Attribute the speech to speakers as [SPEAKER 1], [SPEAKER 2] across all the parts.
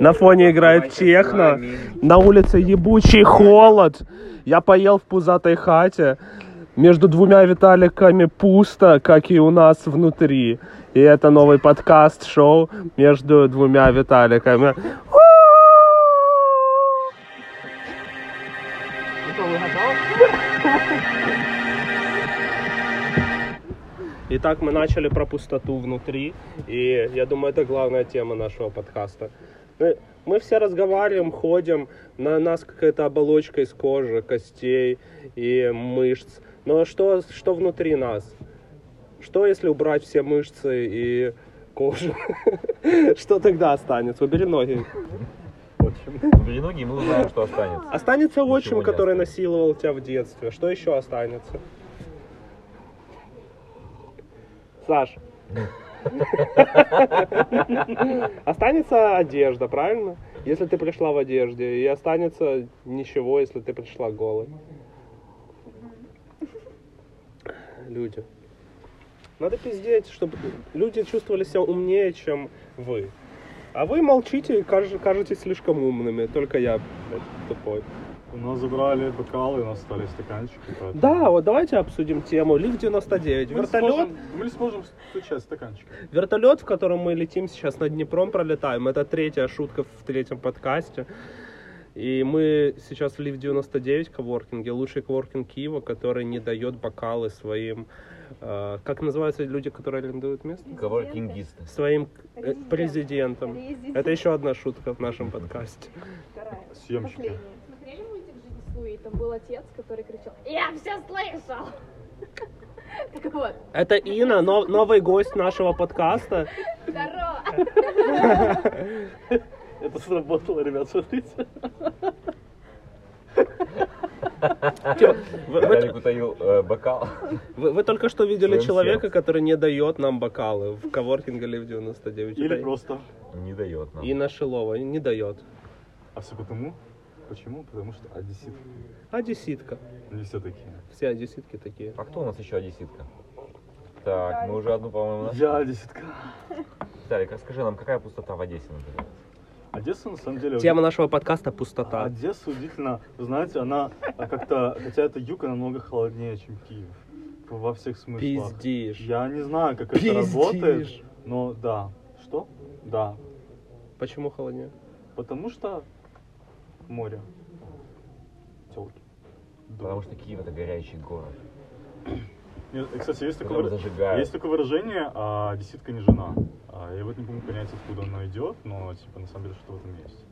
[SPEAKER 1] На фоне играет техно. На улице ебучий холод. Я поел в пузатой хате. Между двумя Виталиками пусто, как и у нас внутри. И это новый подкаст-шоу между двумя Виталиками. Итак, мы начали про пустоту внутри, и я думаю, это главная тема нашего подкаста. Мы- Мы все разговариваем, ходим, на нас какая-то оболочка из кожи, костей Ну, и мышц. Но что, что внутри нас? Что, если убрать все мышцы и кожу? Что тогда останется? Убери ноги.
[SPEAKER 2] Убери ноги, и мы узнаем, что останется.
[SPEAKER 1] Останется
[SPEAKER 2] Ничего
[SPEAKER 1] отчим,
[SPEAKER 2] не
[SPEAKER 1] который
[SPEAKER 2] останется.
[SPEAKER 1] насиловал тебя в детстве. Что еще останется? Саш. Останется одежда, правильно? Если ты пришла в одежде. И останется ничего, если ты пришла голой. Люди. Надо пиздеть, чтобы люди чувствовали себя умнее, чем вы. А вы молчите и каж- кажетесь слишком умными. Только я блядь, тупой.
[SPEAKER 3] У нас забрали бокалы, у нас остались стаканчики. поэтому-
[SPEAKER 1] Да, вот давайте обсудим тему Лив-99.
[SPEAKER 3] Мы не
[SPEAKER 1] Вертолет,
[SPEAKER 3] сможем- Мы не сможем стучать стаканчики.
[SPEAKER 1] вертолет, в котором мы летим сейчас над Днепром, пролетаем. Это третья шутка в третьем подкасте. И мы сейчас в Лив-99 коворкинге, лучший коворкинг Киева, который не дает бокалы своим... э, как называются люди, которые арендуют место?
[SPEAKER 2] Кого кингисты?
[SPEAKER 1] Своим э, президентом. Это еще одна шутка в нашем подкасте.
[SPEAKER 4] Вторая.
[SPEAKER 3] Съемщики.
[SPEAKER 4] Последняя.
[SPEAKER 5] Смотрели мультик «Жизнь с Луи»? Там был отец, который кричал «Я все слышал!» Так вот,
[SPEAKER 1] Это Инна, но- новый гость нашего подкаста.
[SPEAKER 5] здорово!
[SPEAKER 6] Это сработало, ребят, смотрите.
[SPEAKER 1] Вы- вы-
[SPEAKER 2] Виталик утаил э, бокал.
[SPEAKER 1] Вы, вы только что видели
[SPEAKER 2] Своим
[SPEAKER 1] человека,
[SPEAKER 2] сердцем.
[SPEAKER 1] который не дает нам бокалы в коворкинге или в 99.
[SPEAKER 3] Или
[SPEAKER 1] Это
[SPEAKER 3] просто.
[SPEAKER 2] Не дает нам.
[SPEAKER 1] Инна Шилова не дает.
[SPEAKER 3] А все потому? Почему? Потому что одессит.
[SPEAKER 1] Одесситка.
[SPEAKER 3] Не все такие.
[SPEAKER 1] А Все одесситки такие.
[SPEAKER 2] А кто у нас еще одесситка? Так, мы уже одну, по-моему, нашли.
[SPEAKER 3] Я одесситка.
[SPEAKER 2] Виталик, расскажи нам, какая пустота в Одессе, например?
[SPEAKER 3] Одесса, на самом деле...
[SPEAKER 1] Тема нашего подкаста
[SPEAKER 2] А,
[SPEAKER 1] пустота.
[SPEAKER 3] Одесса удивительно, вы знаете, она а как-то, хотя это юг, она намного холоднее, чем Киев. Во всех смыслах.
[SPEAKER 1] Пиздишь.
[SPEAKER 3] Я не знаю, как это работает,
[SPEAKER 1] Пиздишь.
[SPEAKER 3] но да. Что? Да.
[SPEAKER 1] Почему холоднее?
[SPEAKER 3] Потому что море. Телки.
[SPEAKER 2] Потому что Киев это горячий город.
[SPEAKER 3] Нет, э, Кстати, есть такое,
[SPEAKER 2] Там
[SPEAKER 3] выра-
[SPEAKER 2] зажигают.
[SPEAKER 3] есть такое выражение, а, десятка не жена. А, я вот не помню понять, откуда оно идет, но типа на самом деле что в этом есть.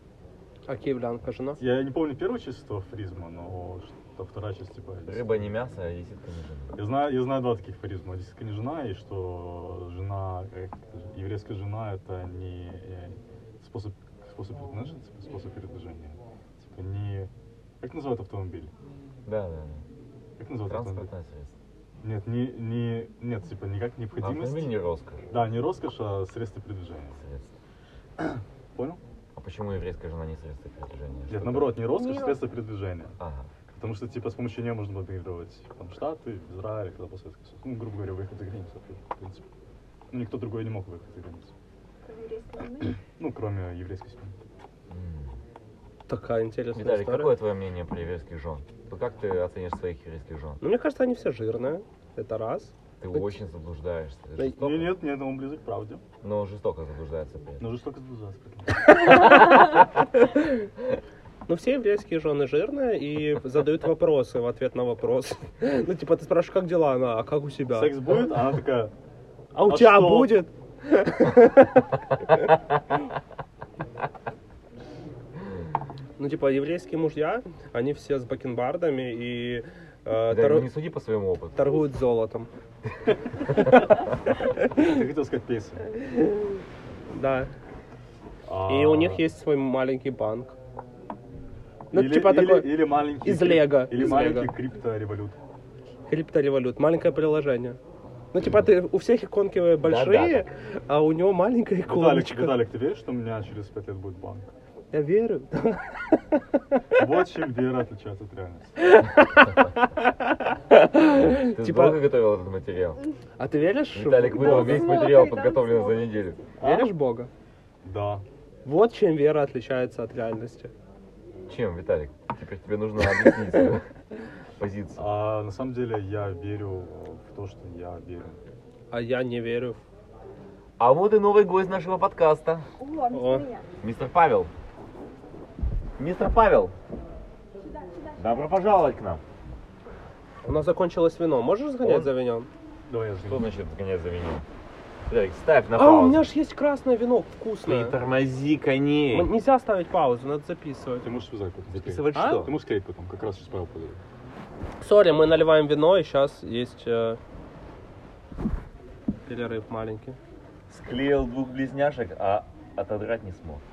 [SPEAKER 1] А киевлянка жена?
[SPEAKER 3] Я не помню первую часть этого фризма, но что вторая часть типа. десятка-
[SPEAKER 2] Рыба не мясо, а одесситка не жена.
[SPEAKER 3] Я знаю, я знаю два таких фаризма. Десятка не жена, и что жена, э, как это же, еврейская жена, это не э, способ, способ передвижения, типа, способ передвижения. Типа не... Как называют автомобиль?
[SPEAKER 2] Да, да, да.
[SPEAKER 3] Как называют автомобиль?
[SPEAKER 2] Транспортное средство.
[SPEAKER 3] Нет, не, не, нет, типа никак
[SPEAKER 2] А Автомобиль
[SPEAKER 3] необходимость.
[SPEAKER 2] не роскошь.
[SPEAKER 3] Да, не роскошь, а средство передвижения.
[SPEAKER 2] Средство.
[SPEAKER 3] Понял?
[SPEAKER 2] А почему еврейская жена не средство передвижения? Что
[SPEAKER 3] Нет,
[SPEAKER 2] это?
[SPEAKER 3] наоборот, не роскошь,
[SPEAKER 4] Не
[SPEAKER 3] а средство передвижения.
[SPEAKER 2] Ага.
[SPEAKER 3] Потому что, типа, с помощью нее можно было мигрировать там, в Штаты, в Израиль, когда по Советскому Союзу. Ну, грубо говоря, выехать за границу, в принципе. Ну, никто другой не мог выехать за границу. Ну, кроме еврейской семьи.
[SPEAKER 2] М.
[SPEAKER 1] Такая интересная
[SPEAKER 2] Виталик,
[SPEAKER 1] история.
[SPEAKER 2] какое твое мнение про еврейских жен? Вот Как ты оценишь своих еврейских жен?
[SPEAKER 1] Ну, мне кажется, они все жирные. Это раз.
[SPEAKER 2] Ты
[SPEAKER 1] Да-
[SPEAKER 2] очень заблуждаешься. Ты
[SPEAKER 1] Да
[SPEAKER 2] жестоко,
[SPEAKER 3] Нет, нет, нет, он близок к правде.
[SPEAKER 2] Но жестоко заблуждается при этом.
[SPEAKER 3] Ну, жестоко сближаться.
[SPEAKER 1] Ну, все еврейские жены жирные и задают вопросы в ответ на вопрос. Ну, типа, ты спрашиваешь, как дела она, а как у себя?
[SPEAKER 3] Секс будет, а она такая,
[SPEAKER 1] А у
[SPEAKER 3] А
[SPEAKER 1] тебя
[SPEAKER 3] что?
[SPEAKER 1] будет? Ну, типа, еврейские мужья, они все с бакенбардами и э,
[SPEAKER 2] Виталик,
[SPEAKER 1] торгу-
[SPEAKER 2] ну не суди по своему опыту.
[SPEAKER 1] торгуют золотом.
[SPEAKER 3] ты хотел сказать песня.
[SPEAKER 1] Да.
[SPEAKER 3] А.
[SPEAKER 1] И у них есть свой маленький банк. Ну, типа такой
[SPEAKER 3] Или маленький...
[SPEAKER 1] из
[SPEAKER 3] крип-
[SPEAKER 1] Лего,
[SPEAKER 3] Или
[SPEAKER 1] из
[SPEAKER 3] маленький
[SPEAKER 1] Лего.
[SPEAKER 3] криптореволют.
[SPEAKER 1] криптореволют, маленькое приложение. Ну, типа, ты у всех иконки большие, а у него маленькая
[SPEAKER 3] Виталик,
[SPEAKER 1] иконочка.
[SPEAKER 3] Виталик, ты веришь, что у меня через пять лет будет банк?
[SPEAKER 1] Я верю.
[SPEAKER 3] Вот чем вера отличается от реальности.
[SPEAKER 2] Ты
[SPEAKER 1] Типа-
[SPEAKER 2] долго готовил этот материал?
[SPEAKER 1] А ты веришь? в
[SPEAKER 2] Виталик
[SPEAKER 1] Бога?
[SPEAKER 2] выдал
[SPEAKER 5] там
[SPEAKER 2] весь
[SPEAKER 5] смотрит,
[SPEAKER 2] материал,
[SPEAKER 5] там
[SPEAKER 2] подготовленный за
[SPEAKER 5] смотрит.
[SPEAKER 2] неделю.
[SPEAKER 1] Веришь в Бога?
[SPEAKER 3] Да.
[SPEAKER 1] Вот чем вера отличается от реальности.
[SPEAKER 2] Чем, Виталик? Теперь тебе нужно объяснить свою позицию.
[SPEAKER 3] А на самом деле я верю в то, что я верю.
[SPEAKER 1] А я не верю.
[SPEAKER 2] А вот и новый гость нашего подкаста.
[SPEAKER 5] О, а
[SPEAKER 1] О.
[SPEAKER 5] меня.
[SPEAKER 2] Мистер Павел. Мистер Павел,
[SPEAKER 5] Сюда, сюда.
[SPEAKER 2] добро пожаловать к нам.
[SPEAKER 1] У нас закончилось вино. Можешь сгонять
[SPEAKER 2] Он-
[SPEAKER 1] за вином?
[SPEAKER 3] Давай я
[SPEAKER 2] Что
[SPEAKER 3] сгоняю.
[SPEAKER 2] значит конец заменил? Виталик, ставь на
[SPEAKER 1] А, у меня
[SPEAKER 2] паузу.
[SPEAKER 1] же есть красное вино,
[SPEAKER 2] Ты
[SPEAKER 1] вкусное.
[SPEAKER 2] тормози коней.
[SPEAKER 1] М- Нельзя ставить паузу, надо записывать.
[SPEAKER 3] Ты можешь связать потом.
[SPEAKER 2] Записывать
[SPEAKER 1] А?
[SPEAKER 2] что?
[SPEAKER 3] Ты можешь клеить потом, как раз сейчас Павел подойдет.
[SPEAKER 1] Сори, мы наливаем вино, и сейчас есть э, перерыв маленький.
[SPEAKER 2] Склеил двух близняшек, а отодрать не смог.